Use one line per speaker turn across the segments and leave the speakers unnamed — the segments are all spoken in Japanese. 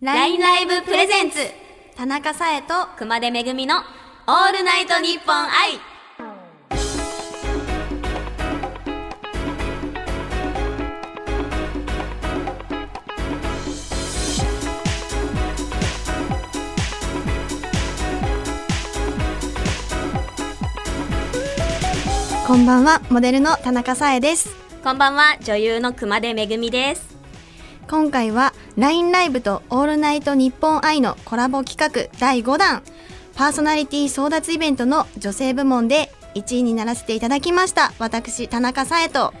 ラインライブプレゼンツ田中さえと
熊手めぐみのオールナイトニッポン愛
こんばんはモデルの田中さえです
こんばんは女優の熊手めぐみです
今回は LINE ライブとオールナイト日本愛のコラボ企画第5弾パーソナリティ争奪イベントの女性部門で1位にならせていただきました私田中さえと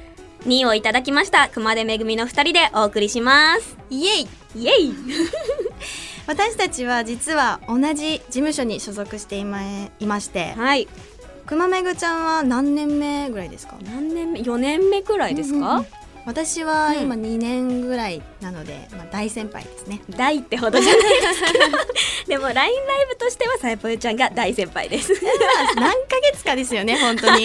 2位をいただきました熊手めぐみの2人でお送りします
イエイ
イエイ
私たちは実は同じ事務所に所属していまいまして
はい
くまめぐちゃんは何年目ぐらいですか
何年目4年目くらいですか、
うんうんうん私は
うん
今2年ぐらいなので、まあ、大先輩ですね
大ってほどじゃないですけど でも LINE ライブとしてはさえぽよちゃんが大先輩です
何ヶ月かですよね本当に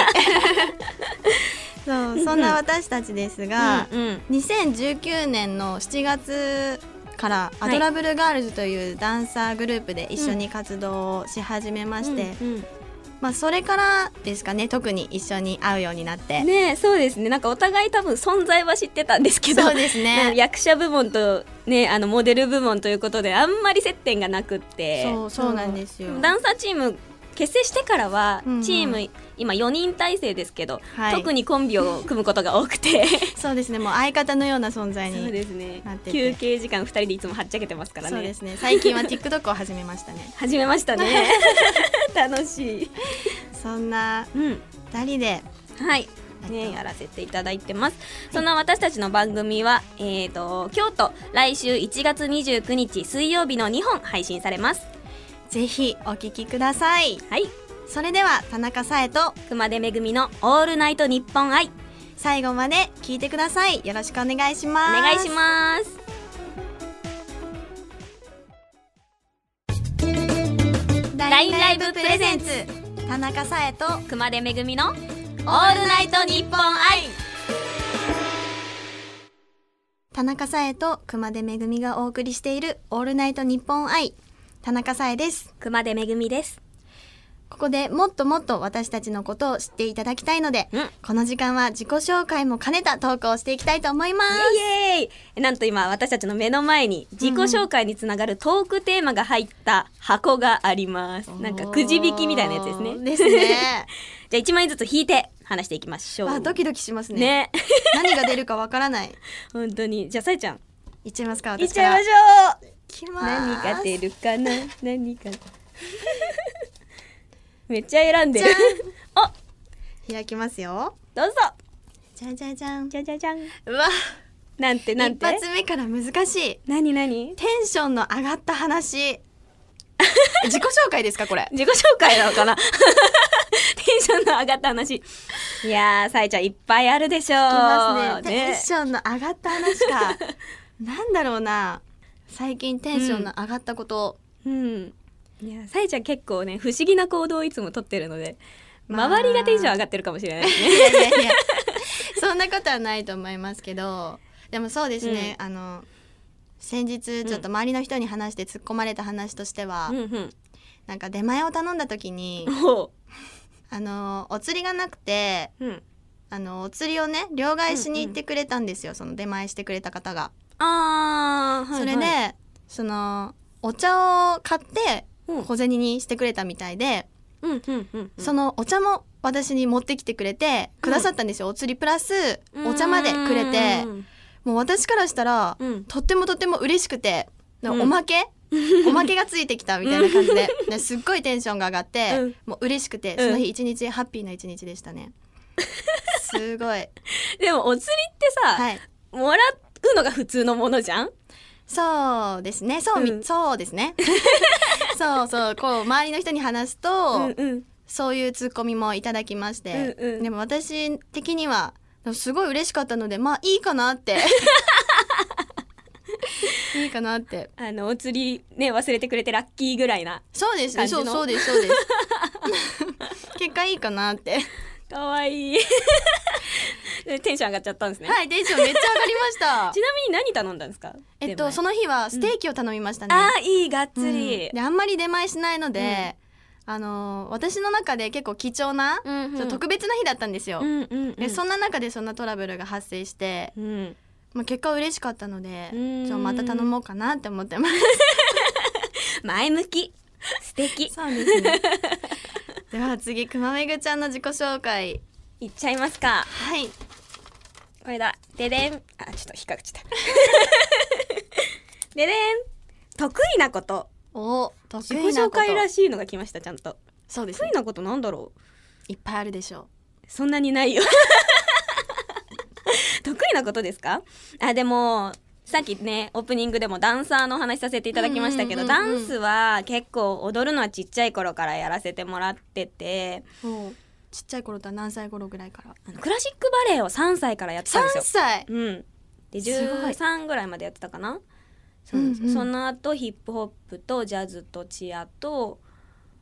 そうそんな私たちですが、
うんうん
2019年の7月からア
はい
ドラブルガールズというダンサーグループで一緒に活動をし始めまして、
うんうん
まあ、それからですかね特に一緒に会うようになって、
ねえそうですねなんかお互い多分存在は知ってたんですけ ど
そうです
まあ
ね
役者部門と、ね、あのモデル部門ということであんまり接点がなくって
そうそうなんですよ
うんダンサーチーム結成してからは
うんうん
チーム、今4人体制ですけど、
はい
特にコンビを組むことが多くて
そうですねもう相方のような存在
そう
に
ですね
なってて
休憩時間2人でいつもはっちゃけてますから
そうで
ね
すね最近は TikTok を始めましたね
始めましたね 楽しい、
そんな
うん、
2人で
はい
えっ
ね、
と
やらせていただいてます、そんな私たちの番組は、えー、と京都来週1月29日水曜日の2本配信されます
ぜひお聞きください
はい
それでは田中さえと
熊手めぐみのオールナイト日本愛
最後まで聞いてくださいよろしくお願いしま
お
す
願いします
す
LINE ライブプレゼンツ
田中さえと
熊手めぐみのオールナイト日本愛
田中さえと熊手めぐみがお送りしているオールナイト日本愛田中さえです
熊手めぐみです
ここでもっともっと私たちのことを知っていただきたいので、
うん
この時間は自己紹介も兼ねたトークをしていきたいと思います
イエイイエイなんと今私たちの目の前に自己紹介につながるトークテーマが入った箱があります、なんかくじ引きみたいなやつですね
です ね
じゃあ1枚ずつ引いて話していきましょう
あドキドキしますね
ね
何が出るかわからない
本当にじゃあさえちゃん
いっちゃいますか
いっ
私
ち
から
ゃいま
い
しょう
きます
何が出るかな何か めっちゃ選んでる
じゃん
お
開きますよ
どうぞ
じゃじゃじゃん
じゃじゃじゃん
うわ
なんてなん
一
て
発目から難しい
何何
テンションの上がった 話自己紹介ですかこれ
自己紹介なのかな テンションの上がった話いやーさえちゃんいっぱいあるでしょう
いますねテン
ね
ションの上がった話 かなんだろうな最近テンションの上がったこと、
うんいやさえちゃん結構ね不思議な行動をいつもとってるので、
まあ
周りがテンション上がってるかもしれない です
い
ね
やいやいや そんなことはないと思いますけどでもそうですね、あの先日ちょっと周りの人に話して突っ込まれた話としては、
うんうん
なんか出前を頼んだ時に
お
あのお釣りがなくて
う、うん、
あのお釣りをね両替しに行ってくれたんですよ、その出前してくれた方が。
あー、はいはい、
それでそのお茶を買って
うん
小銭にしてくれたみたいで、
うんうんうんうん
そのお茶も私に持ってきてくれてくださったんですよ、お釣りプラスお茶までくれて
うん
もう私からしたら、
うん
とってもとっても嬉しくて、
うん
おま けおまけがついてきたみたいな感じでですっごいテンションが上がって、
うん
もう嬉しくて
うん
その日一日ハッピーな一日でしたね。すご い、
でもお釣りってさ、
はい、
もらうのが普通のものじゃん
そうですね。そうみ、
うん
そうです ね。そうそう、こう周りの人に話すと、
うんうん
そういうツッコミもいただきまして、
うんうん
でも私的にはでもすごい嬉しかったので、まあいいかな って。いいかなって。
あのお釣りね忘れてくれてラッキーぐらいな
そうです
感
ね。
じ
そ
の
うそうですそうです。結果いいかなって。
かわいい でテンション上がっちゃったんですね、
はい、テンションめっちゃ上がりました
ち。なみに何頼んだんですか
えっと、そ
の
の日はステーキを頼みましたね。
あーいいがっつ
う
り
ん、であんまり出前しないので、あのー私の中で結構貴重な、
うんう
ち
ん
ょっと特別な日だったんですよ、
うんうんうん
でそんな中でそんなトラブルが発生して、
うん
まあ、結果嬉しかったので
うーん
ちょまた頼もうかなって思ってます
前向き素敵
そうですね では次くまめぐちゃんの自己紹介
いっちゃいますか
はい
これだででんあちょっと引っかかっちゃった ででん得意なこと
お得
自己
意な
紹
こと
介らしいのが来ましたちゃんと
そうです
得
ね
意なことなんだろう
いっぱいあるでしょ
そんなにないよ 得意なことですかあでもさっきねオープニングでもダンサーのお話しさせていただきましたけど、
うんうんうんうん
ダンスは結構踊るのはちっちゃい頃からやらせてもらってて
うおうちっちゃい頃とは何歳頃ぐらいから
あのクラシックバレエを3歳からやってたんです
3
よ。
歳
うん、です
ごい
13ぐらいまでやってたかなそうなんです
うんうん
その後ヒップホップとジャズとチアと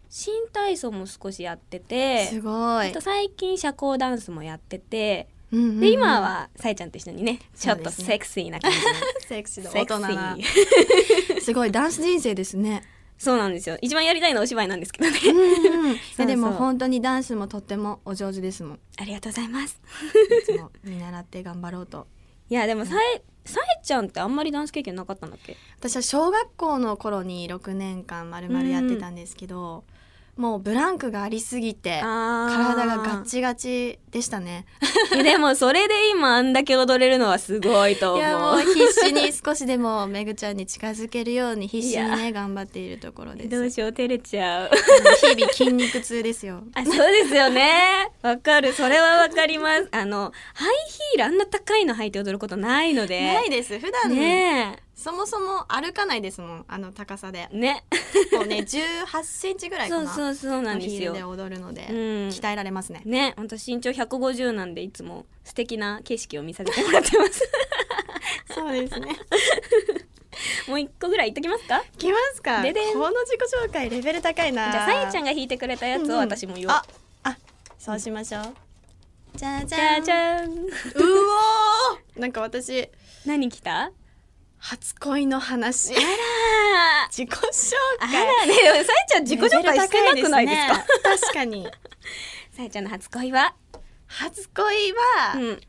新体操も少しやって
す
て
ご
あ
い
と、最近社交ダンスもやってて
うんうんうん
で今はさえちゃんと一緒にねちょっ
そう
と
ですね
セクシーな感じの
セクシーで
セ
大
クシ
人な
ー
すごいダンス人生ですね。
そうなんですよ一番やりたいのはお芝居なんですけどね
うんうん、い
そ
や
う
でも本当にダンスもとってもお上手ですもん。い
ありがとうございます
つも見習って頑張ろうと。
いやでもさえさえちゃんってあんまりダンス経験なかったんだっけ
私は小学校の頃に6年間まるまるやってたんですけど、もうブランクがありすぎて体
体
がガチガチでしたね。
でもそれで今あんだけ踊れるのはすごいと
い
思う
やもう必死に少しでもめぐちゃんに近づけるように必死に
い
ね頑張っているところです。
どうしよう照れちゃ う
日々筋肉痛です よ。
あそうですよねわかるそれはわかりますあのハイヒールあんな高いの履いて踊ることないので
ないです普段ね
ね
そもそも歩かないですもんあの高さ で
えね
結構ね18センチぐらいか
そう
な
そうそうなんですよ
ヒールで踊るので、
うん
鍛えられますね
ね、本当身長150なんでいつも素敵な景色を見させてもらってます
そうです ね
もう一個ぐらい言っときますか
きますか
ででん
この自己紹介レベル高いな
じゃあさえちゃん
ん
が弾いてくれたやつを私も言おう、
ああそうしましょう、じゃじ
じゃ
ゃ
あ
ん
じゃん
うおーなんか私
何来たあ
初恋の話
ら
自己紹
あら
介
ねでもさえちゃん自己紹介してなくないですか
レベル高いですね確かに
さえちゃんの初恋は
初恋は、
うん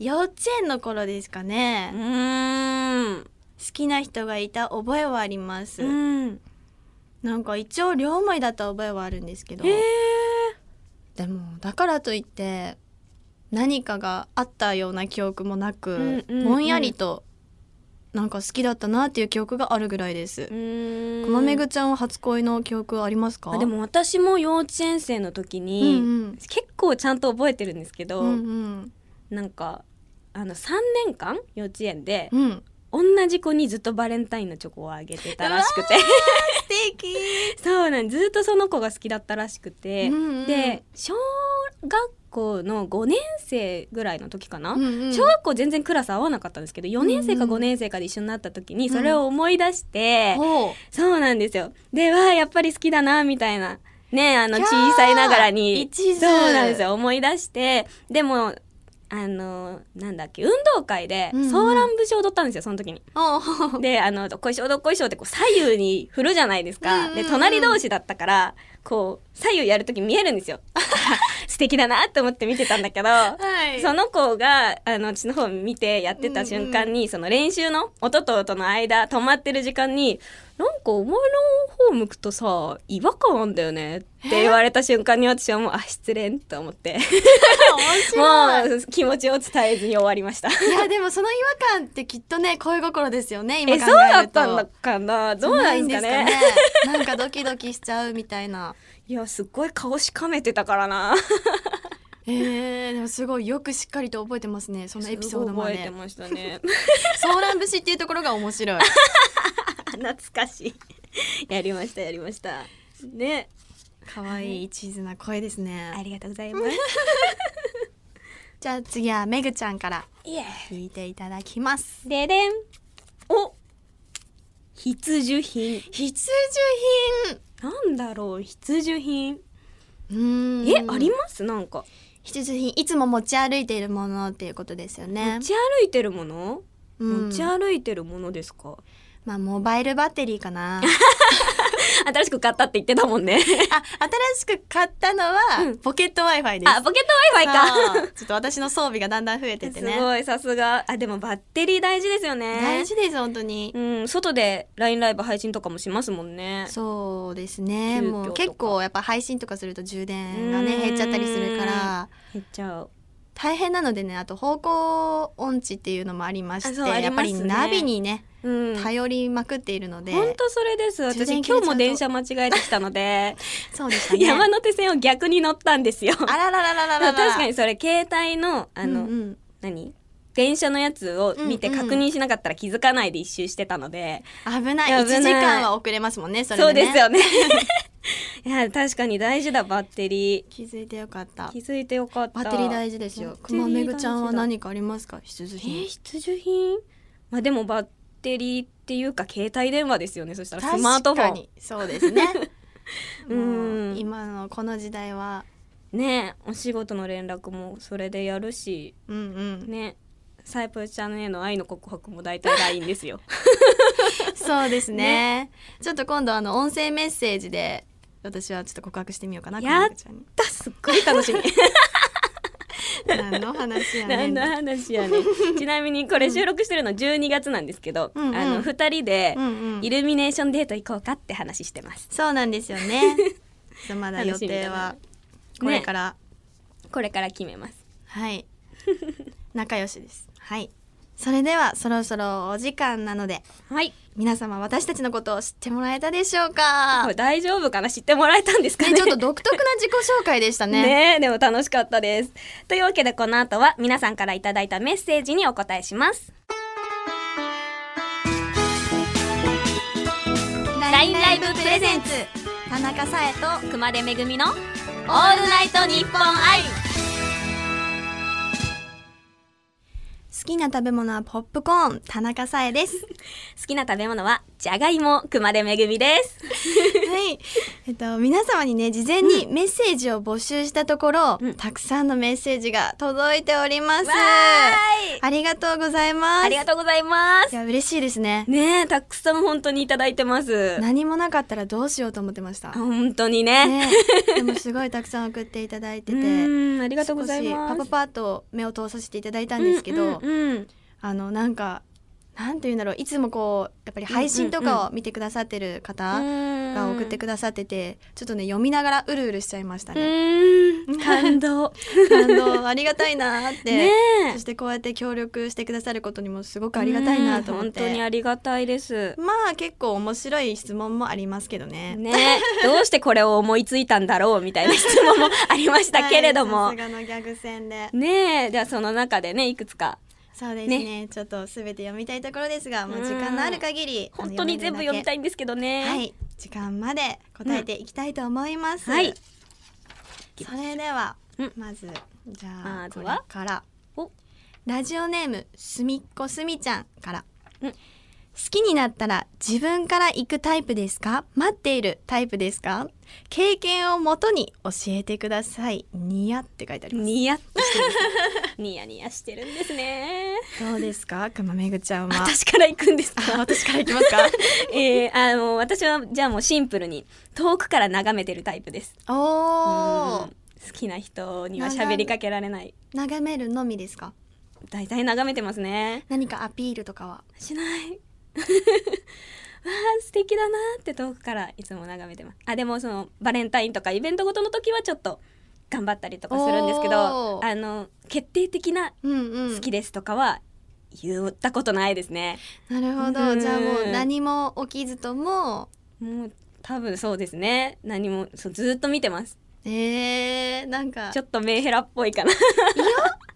幼稚園の頃ですかね、好
うん
きな人がいた覚えはあります、
うん
なんか一応両思いだった覚えはあるんですけど、
へえ
でもだからといって何かがあったような記憶もなく、
うんうんうん
ぼんやりとなんか好きだったなっていう記憶があるぐらいです。
うん
くまめぐちゃんは初恋の記憶ありますか？
あでも私も幼稚園生の時
う
に、
んうん
結構ちゃんと覚えてるんですけど、
うんうん
なんかあの3年間幼稚園で
うん。
同じ子にずっとバレンタインのチョコをあげてたらしくて
素敵。
そうなんずっとその子が好きだったらしくて、
うんうん
で小学校の5年生ぐらいの時かな、
うんうん
小学校全然クラス合わなかったんですけど4年生か5年生かで一緒になった時にそれを思い出して、
ほう
そうなんですよではやっぱり好きだなみたいなねあの
キャー
小さいながらに
一途
そうなんですよ思い出してでもあのなんだっけ運動会で
うんうん
ソーラン節踊ったんですよその時に。
おう
であの「どっこいしょどっこいしょ」ってこう左右に振るじゃないです
うん
か。
うんう
で
ん
隣同士だったからこう左右やる時見えるんですよ。 素敵だなと思って見てたんだけど。
はい。
その子があのうちの方を見てやってた瞬間に、その練習の音と音の間止まってる時間に「なんかお前の方向くとさ違和感あんだよね」って言われた瞬間に私はもうあ失恋と思って
面
も
白い。
う気持ちを伝えずに終わりました。
いやでもその違和感ってきっとね恋心ですよね今
え
考えると。
そうだったんだかなどうなんですか
ない
ね
んですかねなんかドキドキしちゃうみたいな。
いやすっごい顔しかめてたからな
えー、でもすごいよくしっかりと覚えてますねそのエピソードま
すごい覚えて
で
ましたね
ソーラン節っていうところが面白い
懐かしいやりましたやりましたね
可愛い一途な声です
あ
ね
りがとうござ います
じゃあ次はめぐちゃんから
イエ
聞いていただきます
ででんお必需品
必需
なんだろう必需品
品うーん
えありますなんか
必需品いつも持ち歩いているものっていうことですよね
持。ち歩いてるもの、
うん
持ち歩いてるものですか
まあモバイルバッテリーか な。
新しく買ったって言ってたもんね
あ新しく買ったの
う
は
ん
ポケット Wi-Fi です。
あポケット Wi-Fi か
そうちょっと私の装備がだんだん増えてて
す
ね。
ごいさすがあでもバッテリー大事ですよね
大事です本当に。
うん外で LINE ライブ配信とかもしますもんね
そうですね。
急遽
も
と
う
か
結構やっぱ配信とかすると充電が
う
ね
ん
減っちゃったりするから
めっちゃう
大変なのでね。あと方向音痴っていうのもありまし
あ
て、
そうありますね
やっぱりナビにね
うん
頼りまくっているので。
本当それです
充
私
電切れちゃ
今
うと
日も電車間違えてきたの で
そうでしたね。
山手線を逆に乗ったんですよ
あららららららら。
確かにそれ携帯のあ
う
の、
んうん
何電車のやつを見て
うんうん
確認しなかったら気づかないで一周してたので、
危ない
や
い
危ない
一時間は遅れますもんねそれ
そう
でね
で すよねいや確かに大事だバッテリ
気づいてよかった
ー気づいてよかった
バッテリー大事ですよ
バッテリー
熊
大事
め
だ
ぐちゃんは何かありますか必需
えー
品
必需品まあでもバッテリーっていうか携帯電話ですよねそしたらス
確
マートフ
か
ォ
にそうです ね
う
も
ん
う今のこの時代は
ンねお仕事の連絡もそれでやるし
うんうん
ねサイプちゃんへの愛の告白も大体 LINE で すよ
そうですねちょっと今度あの音声メッセージで私はちょっと告白してみようかな
や
熊め
っ
ぐちゃんに
だすっごい楽し み
何の話やね
何
ん
の話やね ちなみにこれ収録してるの12月なんですけど、
うんうん
あの2人で
うんうん
イルミネーションデート行こうかって話してます
そうなんですよ ねちょっとまだ予
楽しみだ
定
な
は
ね
これから
これから決めます
はい仲良しですはいそれではそろそろお時間なので
はい
皆様私たちのことを知ってもらえたでしょう
こ
か
れ大丈夫かな知ってもらえたんですかね
ねちょっと独特な自己紹介でしたね
ねえでも楽しかったですというわけでこの後は皆さんからいただいたメッセージにお答えします
ラインライブ
ラインライブ
プ
プ
レ
レ
ゼ
ゼ
ン
ン
ツ
ツ
田中さえと
熊手めぐみのオールナイトニッポン愛
好きな食べ物はポップコーン田中さえです
好きな食べ物はじゃがいも熊手めぐみです
はいえっと皆様にね事前にメッセージを募集したところ、
うん
たくさんのメッセージが届いております
わーい
ありがとうございます
ありがとうございま
い
す
や嬉しいですね
ねえたくさん本当にいただいてます
何もなかったらどうしようと思ってました、
本当にね
ね、でもすごいたくさん送っていただいて
う
て
んありがとうございま
少
す
しパパパッと目を通させていただいたんですけど、
うんうんうん
あのなんかなんて言うんだろういつもこうやっぱり配信とかを見てくださってる方が送ってくださっててちょっとね読みながらうるうるしちゃいました
う
ね、
ん 感動
感動ありがたいなーって、
ねえ
そしてこうやって協力してくださることにもすごくありがたいなと思っ
うん本当に
て
ありがたいです
まあ結構面白い質問もありますけどね
ね、どうしてこれを思いついたんだろうみたいな質問もありましたけれども、
はいさすがのギャグ戦で
ねじゃあその中でねいくつか
そうですねちょっとすべて読みたいところですがもう時間のある限り
本当に全部読みた
い
いんですけどね
はい時間まで答えていきたいと思います、
はい
それでは、
うん
まずじゃあ、
まず
これ
は
から
お
ラジオネームすみっこすみちゃんから、
うん
好きになったら自分から行くタイプですか待っているタイプですか経験をもとに教えてくださいにやって書いてあります
ニヤッ としてるニヤニヤしてるんですね
どうですか熊めぐちゃんは
私から行くんですか
あ私からいきますか
えー、あの私はじゃあもうシンプルに遠くから眺めてるタイプです
お
うん
ー
好きな人には喋りかけられない
眺めるのみですか
大体眺めてますね
何かアピールとかは
しない わあ素敵だなって遠くからいつも眺めてますあでもそのバレンタインとかイベントごとの時はちょっと頑張ったりとかするんですけ
お
ど
ー
あの決定的な
うんう
好きですとかは言ったことないですね、
なるほど、
うん
じゃあもう何も起きずとも
もう多分そうですね何もそうずーっと見てます
えー、なんか
ちょっとメンヘラっぽいかな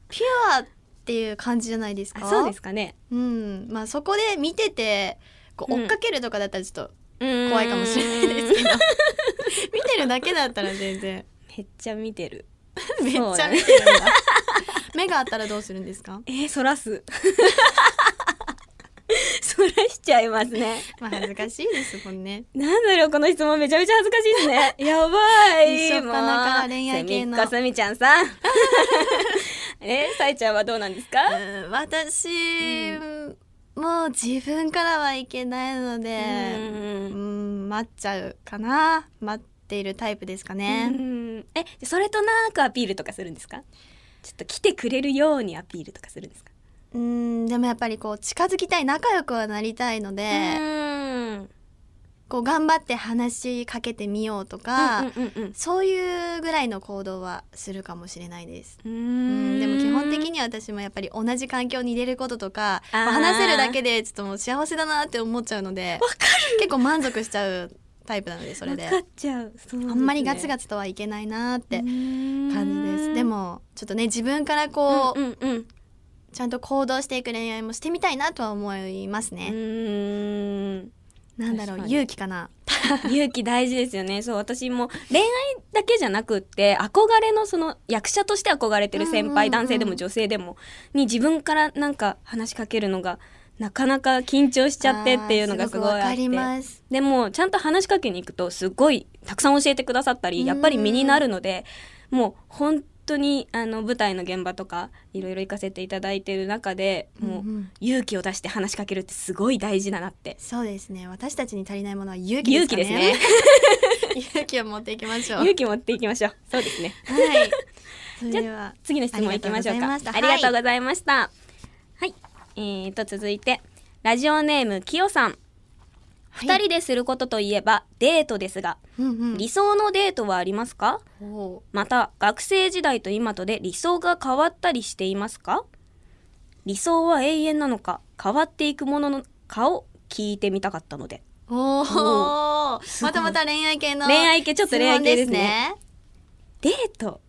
ピュアっていう感じじゃないですか
あそうですかね
うんまあそこで見ててこう
うん
追っかけるとかだったらちょっと
怖
怖いかもしれないですけど見てるだけだったら全 然
めっちゃ見てる
めっ
そう
ち
だ
ゃ
ね
見てるんだ 目があったらどうするんですか
えー、そらす。そ漏らしちゃいますね。
まあ恥ずかしいですもんね。
なんだろうこの質問めちゃめちゃ恥ずかしいです ね。やばい。
一緒っぱなから恋愛系の
もうセミッコスミちゃんさん。 え、さいちゃんはどうなんですか？
うん私、もう自分からはいけないので、
うん
うん待っちゃうかな待っているタイプですか
う
ね、
んえ、それとなくアピールとかするんですか？ちょっと来てくれるようにアピールとかするんですか？
うん、でもやっぱりこう近づきたい仲良くはなりたいので、
うん。
こう頑張って話しかけてみようとか、
うんうんうん
そういうぐらいの行動はするかもしれないです。
う。
うんんでも基本的
に
には私もやっぱり同じ環境に入れることとか
あー
まあ話せるだけでちょっともう幸せだなって思っちゃうので結構満足しちゃうタイプなのでそれで
分かっちゃう。そうですね
あんまりガツガツとはいけないなって感じで
う
す
ん
でもちょっとね自分からこう、
うんうんうん
ちゃんと行動していく恋愛もしてみたいなとは思います
う
ね、
ーん
なんだろう
確かに
勇気かな
勇気大事ですよねそう私も恋愛だけじゃなくって憧れのその役者として憧れてる先輩、
うんうんうん
男性でも女性でもに自分からなんか話しかけるのがなかなか緊張しちゃってっていうのがすごい
あー
あ
わ
っ
か
て
ります
でもちゃんと話しかけに行くとすごいたくさん教えてくださった
う
り
ん
やっぱり身になるのでもう本当にあの舞台の現場とかいろいろ行かせていただいてる中でもう
うんうん
勇気を出して話しかけるってすごい大事だなって
そうですね私たちに足りないものは勇気で
勇
すか
気
ね
ですね
勇気を持っていきましょう
勇気持っていきましょうそうですね
はいそれでは
次の質問いきましょう
あ
かあ
り
り
が
が
と
と
う
うございましたはい、えー、と続いてラジオネームきよさん
はい
二人ですることといえばデートですが、
うんうん
理想のデートはありますか
おー
また学生時代と今とで理想が変わったりしていますか理想は永遠なのか変わっていくもののかを聞いてみたかったので
お
お
ー
すご
ま
い
たまた恋愛系の
恋愛系ちょっと恋愛系です
質問
ねデート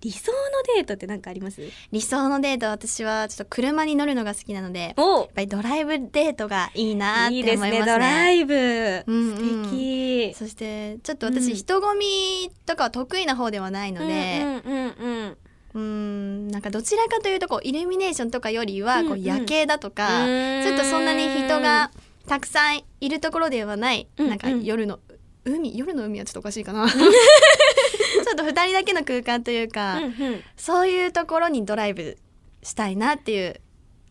理想のデートって何かあります
理想のデート私はちょっと車に乗るのが好きなのでやっ
お
ぱりドライブデートがいいなって
い
思
い
いま
です
ね
すねドライブ、
うんうん
素敵
そしてちょっと
う
私
ん
人混みとかは得意な方ではないので
うんうんうんうん
うんなんかどちらかというとこうイルミネーションとかよりはこ
う
うん
うん
夜景だとか、
うーん
ちょっとそんなに人がたくさんいるところではない、
うんうん
なんか夜の海夜の海はちょっとおかしいかな ちょっと2人だけの空間というか、
うんうん
そういうところにドライブしたいなっていう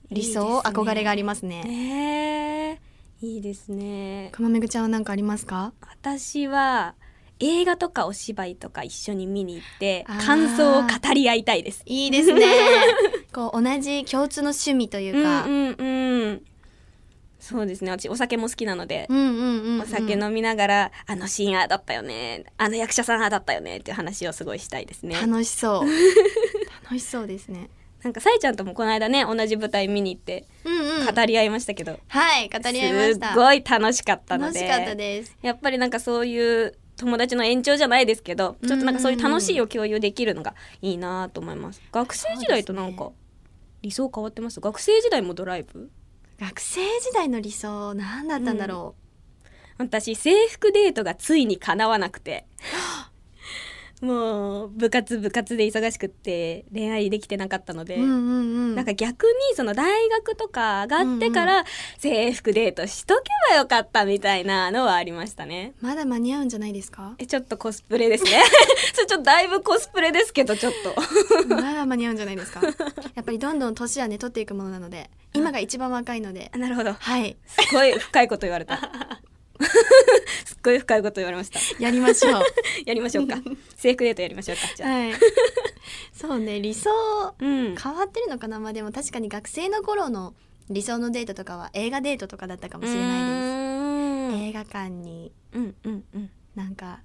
理想
いいですね
憧れがありますね。
ねえいいですね
くまめぐちゃんは何かありますか
私は映画とかお芝居とか一緒に見に行って
あー
感想を語り合いたいです
いいですね こう同じ共通の趣味というか、
うんうんうんそうですね私お酒も好きなので、
うんうんうんうん
お酒飲みながら、あのシーンああだったよねあの役者さんああだったよねっていう話をすごいしたいですね
楽しそう 楽しそうですね
なんかさえちゃんともこの間ね同じ舞台見に行って
うんうん
語り合いましたけど、
はい語り合いました
すっごい楽しかったの
楽
で
しかったです
やっぱりなんかそういう友達の延長じゃないですけどちょっとなんかそういう楽し
うん
いを共有できるのがいいなと思います学生時代となん
そう
か理想変わってます学生時代もドライブ
学生時代の理想何だったんだろ
私制服デートがついに叶わなくて もう部活部活で忙しくって恋愛できてなかったの
う、
で、
うんうんうん
なんか逆にその大学とか上がってから制服デートしとけばよかったみたいなのはありましたね。
まだ間に合うんじゃないですか
えちょっとコスプレですね。 それちょっとだいぶコスプレですけどちょっと。
まだ間に合うんじゃないですかやっぱりどんどん年はね取っていくものなので今が一番若いので
あなるほど。
はい
すごい深いこと言わ れた。すっごい深いこと言われました。
やりましょう
やりましょ うか。制服デートやりましょうか。じゃあ。
はいそうね理想
うん。
変わってるのかなまあでも確かに学生の頃の理想のデートとかは映画デートとかだったかもしれないです
い
映画館に
す。うんうんうん。
なんか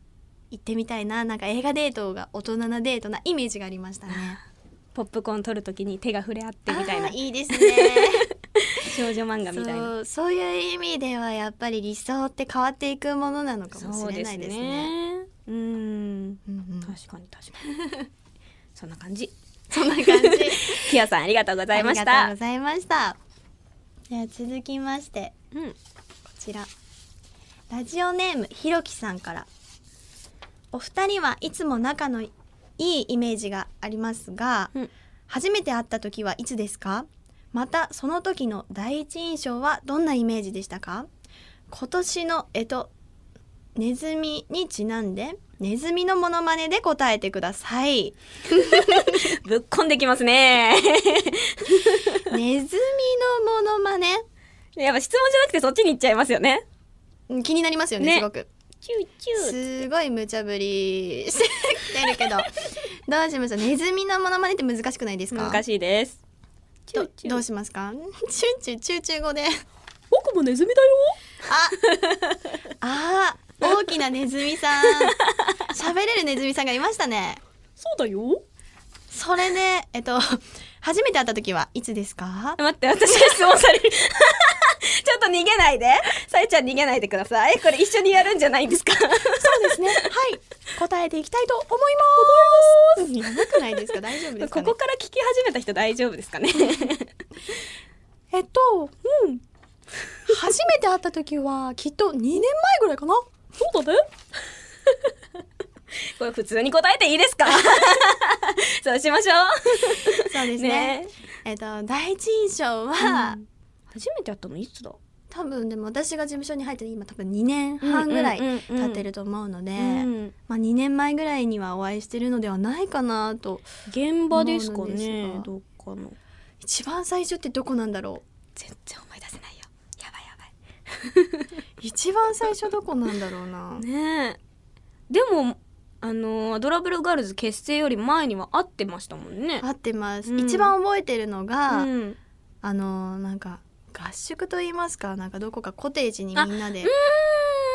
行ってみたいななんか映画デートが大人なデートなイメージがありましたね。
ポップコーン取るときに手が触れ合ってみたい
あ
な
ーいい ですね
少女漫画みたいな。
そうそういう意味ではやっぱり理想って変わっていくものなのかもしれないですね。
そうですね。うん。
うんうん
確かに確か に。そんな感じ。
そんな感じ
キアさんありがとうございまし
ありがとう
た
ご。ざいましたでは続きまして
うん。
こちらラジオネームひろきさんからお二人はいつも仲のいいイメージがありますが、
うん
初めて会った時はいつですかまたその時の第一印象はどんなイメージでしたか今年のえとネズミにちなんでネズミのモノマネで答えてくださ い
ぶっこんできますね。
ネズミのモノマネ
やっぱ質問じゃなくてそっちに行っちゃいますよね。
うん気になりますよね
ね
すごく
チューチュー。
すごい無茶ぶりしてきてるけ どどうしましょうネズミのモノマネって難しくないですか
難しいです。
どどうしますか チュンチュンチューチュー語で
僕もネズミだよ。
あ、 あー、大きなネズミさん。喋れるネズミさんがいましたね。
そうだよ。
それで、えっと、初めて会った時はいつですか
待って、私が質問される。 ちょっと逃げないで。さえちゃん逃げないでください。これ一緒にやるんじゃないんですか。
そうですね。はい。答えていきたいと思います。やばくないですか大丈夫ですか、
こ
ね、
こから聞き始めた人大丈夫ですかね。
えっと、うん。初めて会った時は、きっと2年前ぐらいかな
そうだね。 これ普通に答えていいですか そうしましょ
そうで
う。
すね。えっと、第一印象は、
うん初めてやったのいつだ
多分でも私が事務所に入って今多分2年半ぐらい経ってると思うので、
うん
まあ、2年前ぐらいにはお会いしてるのではないかなと
現場ですか
思うんです
ね
が
どっかの
一番最初ってどこなんだろ
全然思い出せないよやばいやばいう
一番最初どこなんだろうな
ねえでもあのアドラブルガールズ結成より前には会ってましたもんね
合ってます、
うん
一番覚えてるのが、
うん
あのーなんか合宿と言いますかなんかどこかコテージにみんなで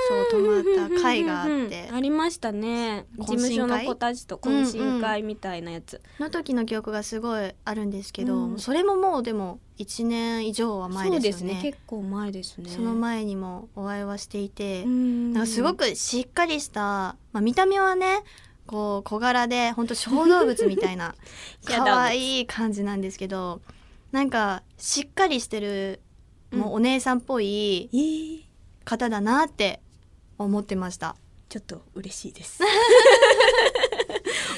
そう泊まった会があって
うんうんうんありましたね事
懇親会
務所の子たちと懇親会みたいなやつ、
の時の記憶がすごいあるんですけど、
うん
それももうでも1年以上は前
そう
で
ですす
よ
ね
ね
結構前ですね
その前にもお会いはしていて、
うん
なんかすごくしっかりした、まあ、見た目はねこう小柄で本当小動物みた いな
やだ
可愛い感じなんですけどなんかしっかりしてるもうお姉さんっぽい
えー
方だなって思ってました、
ちょっと嬉しいで す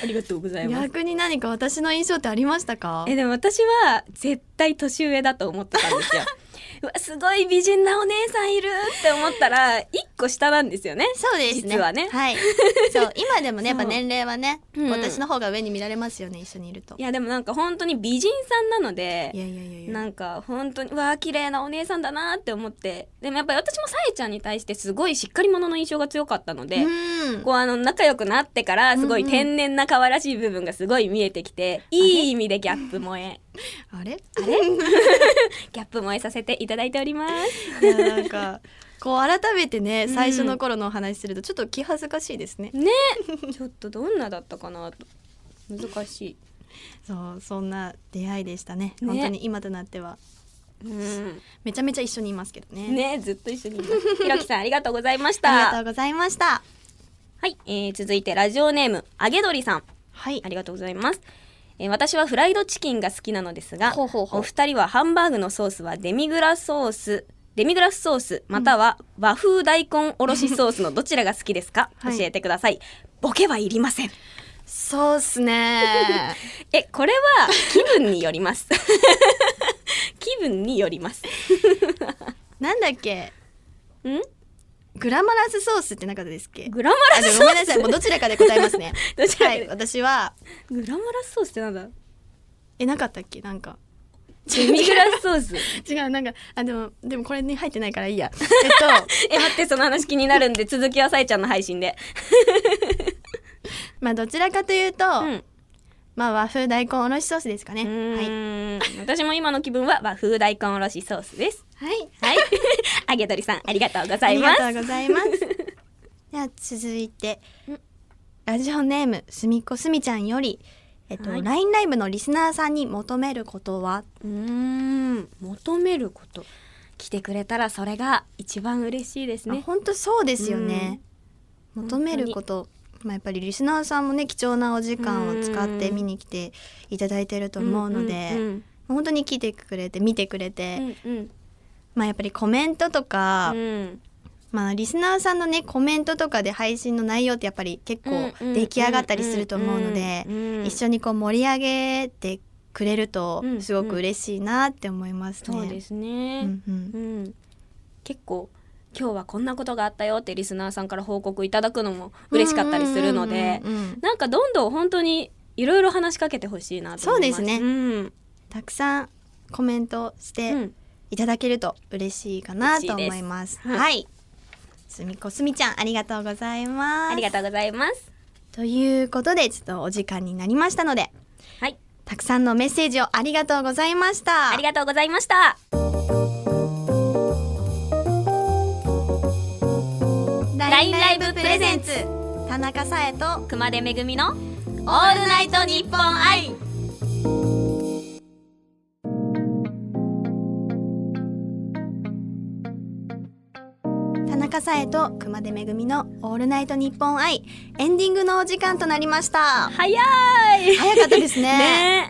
ありがとうございます
逆に何か私の印象ってありましたか
えでも私は絶対年上だと思ってた んですようわすごい美人なお姉さんいるって思ったら一個下なんですよね
そうですね
実はね
はいそう今でもねやっぱ年齢はね、
そううん
私の方が上に見られますよね一緒にいると
いやでもなんか本当に美人さんなの
い
で
やいやいやいや
なんか本当にうわあ綺麗なお姉さんだなって思ってでもやっぱり私もさえちゃんに対してすごいしっかり者の印象が強かったので、
うん
こうあの仲良くなってからすごい天然な可愛らしい部分がすごい見えてきて、いい意味でギャップ萌え
あれ
ギャップ萌えさせていただいております
いやなんかこう改めてね
うん
最初の頃のお話しするとちょっと気恥ずかしいですね、
ねちょっとどんなだったかなと難しい
そうそんな出会いでしたね
ね
本当に今となっては
うん
めちゃめちゃ一緒にいますけどね
ねずっと一緒にいますひろきさんありがとうございまし
ありが
た
とうございました
はい、えー、続いてラジオネームあげどりさん
はい
ありがとうございます、えー、私はフライドチキンが好きなのですが
ほうほうほう
お二人はハンバーグのソースはデミグラスソースデミグラスソースまたは和風大根おろしソースのどちらが好きですか、
はい
教えてくださいボケはいりません
そうっす ね
えこれは気分によります 気分によります
なんだっけ
ん
グラマラスソースってなかったですっけ
グラマ
あ
ラ
で
ス
も
ソ
ご
ー
めんなさいもうどちらかで答えますね
どちら
は
かで
い私は
スグラマラスソースってなんだ
えなかったっけなんか
デミグラスソース
違うなんかあでもでもこれに入ってないからいいや えっと
え待ってその話気になるんで続きはさえちゃんの配信で
まあどちらかというと、
うん
まあ和風大根おろしソースですかね
う
はい
ーん私も今の気分は和風大根おろしソー スです
はい
はいあげどりさんありがとうござ
あ
い
り
ま
が
す
とうございます。 では続いてラジオネームすみっこすみちゃんより、えっと
はい
ラインライブのリスナーさんに求めることは
うーん求めること来てくれたらそれが一番嬉しいです
ね
ね
本当そうですよね。求めること。まあ、やっぱりリスナーさんもね貴重なお時間を使って見に来ていただいてると思うので、
うん
本当に来てくれて見てくれて、
うんうん
まあやっぱりコメントとか、
うん
まあ、リスナーさんのねコメントとかで配信の内容ってやっぱり結構
うんうん
出来上がったりすると思うので
うんうんうん
一緒にこう盛り上げてくれると
うん
すごく嬉しいなって思いますね。
そうですね、
うんうん
うん、結構今日はこんなことがあったよってリスナーさんから報告いただくのも嬉しかったりするので
うんうんうんうん
なんかどんどん本当にいろいろ話しかけてほしいなと思います
そうですね
うん
たくさんコメントし
う
て
ん
いただけると嬉しいかなと思います。
嬉しいです
はい、すみこすみちゃんありがとうございます。
ありがとうございます
ということでちょっとお時間になりましたので
はい
たくさんのメッセージをありがとうございました。
ありがとうございました
ラインラ
ラ
イ
イ
ブ
ブ
プ
プ
レゼ
レゼ
ン
ン
ツ
ツ
田中さえと
熊手めぐみのオールナイトニッポン愛
田中さえと熊手めぐみのオールナイトニッポン愛エンディングのお時間となりました
早い
早かったですね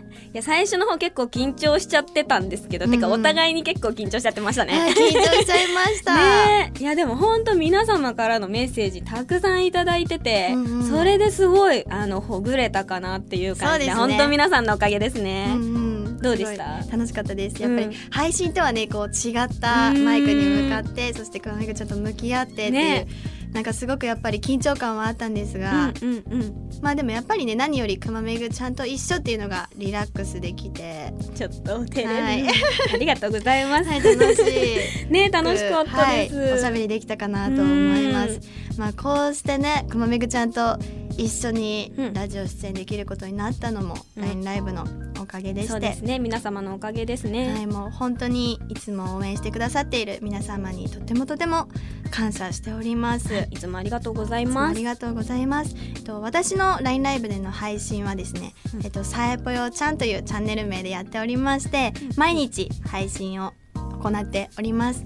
ねえいや最初の方結構緊張しちゃってたんですけど、てか
うんう
お
ん
互いに結構緊張しちゃってました ね、
はい緊張しちゃいました、
ねえいやでも本当皆様からのメッセージたくさんいただいてて、
うんうん
それですごいあのほぐれたかなっていう感じで
そうですね
本当皆さんのおかげですね、
うんうん
どうでした
すごい楽しかったですやっぱり、
うん
配信とはねこう違ったマイクに向かってそして熊手めぐちゃんと向き合ってっていう、
ね
なんかすごくやっぱり緊張感はあったんです
う
が、
んうんうん
まあでもやっぱりね何より熊めぐちゃんと一緒っていうのがリラックスできて
ちょっと照れる、
はい
ありがとうございます、
はい楽しい
ねえ楽しかったです、
はい、おしゃべりできたかなと思います
う。
まあこうしてね、くまめぐちゃんと一緒に
うん
ラジオ出演できることになったのも、
うん
ラインライブのおかげで
そ
し
う
て、
ですね皆様のおかげです
はい
ね、
もう本当にいつも応援してくださっている皆様にとてもとても感謝しております。
い、つもありがとうござい
いつもあ
ま
り
す
がとうございます。えっと私の LINE ライブでの配信はですね、
うん
えっとさえぽよちゃんというチャンネル名でやっておりまして、
うん
毎日配信を行っております。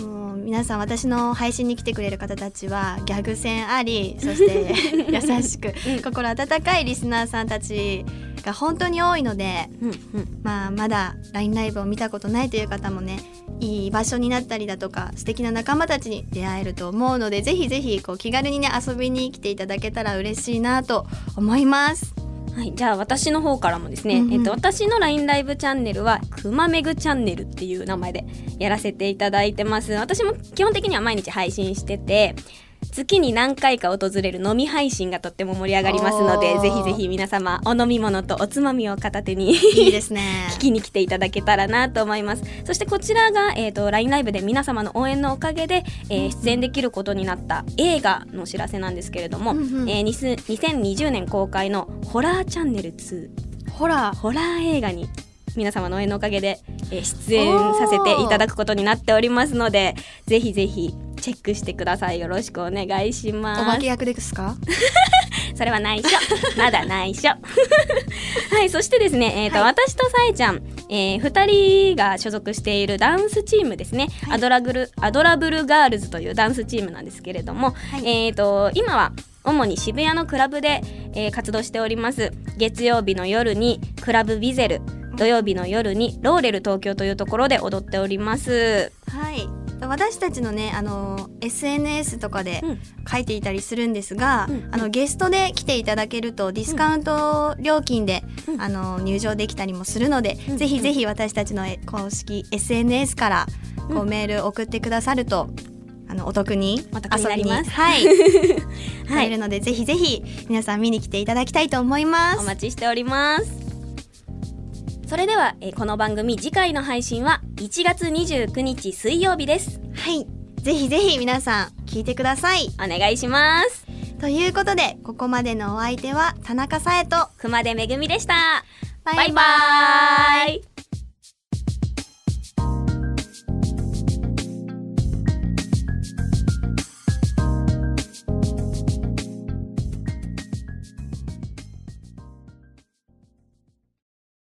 もう皆さん私の配信に来てくれる方たちはギャグ戦あり、そして 優しく
うん
心温かいリスナーさんたちが本当に多いので、
うんうん
まあまだ LINE ライブを見たことないという方もねいい場所になったりだとか素敵な仲間たちに出会えると思うのでぜひぜひこう気軽にね遊びに来ていただけたら嬉しいなと思い ます。
はい、じゃあ私の方からもですね、
うんうん
えっと、私の LINE ライブチャンネルは「くまめぐチャンネル」っていう名前でやらせていただいてます私も基本的には毎日配信してて月に何回か訪れる飲み配信がとっても盛り上がりますので
おー
ぜひぜひ皆様お飲み物とおつまみを片手に
いいですね。
聞きに来ていただけたらなと思いますそしてこちらが、えー、と LINE ライブで皆様の応援のおかげで、えー出演できることになった映画のお知らせなんですけれども、
うんうん
えーにす2020年公開の「ホラーチャンネル2」
ほら
ホラー映画に皆様の応援のおかげで、えー出演させていただくことになっておりますのでぜひぜひチェックしてくださいよろしくお願いし
お
ます
化け役ですか？
それ は内緒まだ内緒 はいそしてですね、えーと
は
私とさえちゃん、え2人が所属しているダンスチームですね、
はい
アドラグルアドラブルガールズというダンスチームなんですけれども、
い
えーと今は主に渋谷のクラブで、えー活動しております月曜日の夜にクラブビゼル土曜日の夜にローレル東京というところで踊っております、
はい。私たちのねあの SNS とかで
うん
書いていたりするんですが、
うん
あのゲストで来ていただけるとディスカウント料金で、
うん
あの入場できたりもするので、
うん
ぜひぜひ私たちのえ公式 SNS からこう
うん
メール送ってくださると、あのお得に
お得になります
はい、
は
入る
い
のでぜひぜひ皆さん見に来ていただきたいと思いま
お
す。
待ちしておりますそれでは、えーこの番組次回の配信は1月29日水曜日です
はい、ぜひぜひ皆さん聞いてください。
お願いします
ということでここまでのお相手は田中さえと
熊手めぐみでした
バ
バイバーイ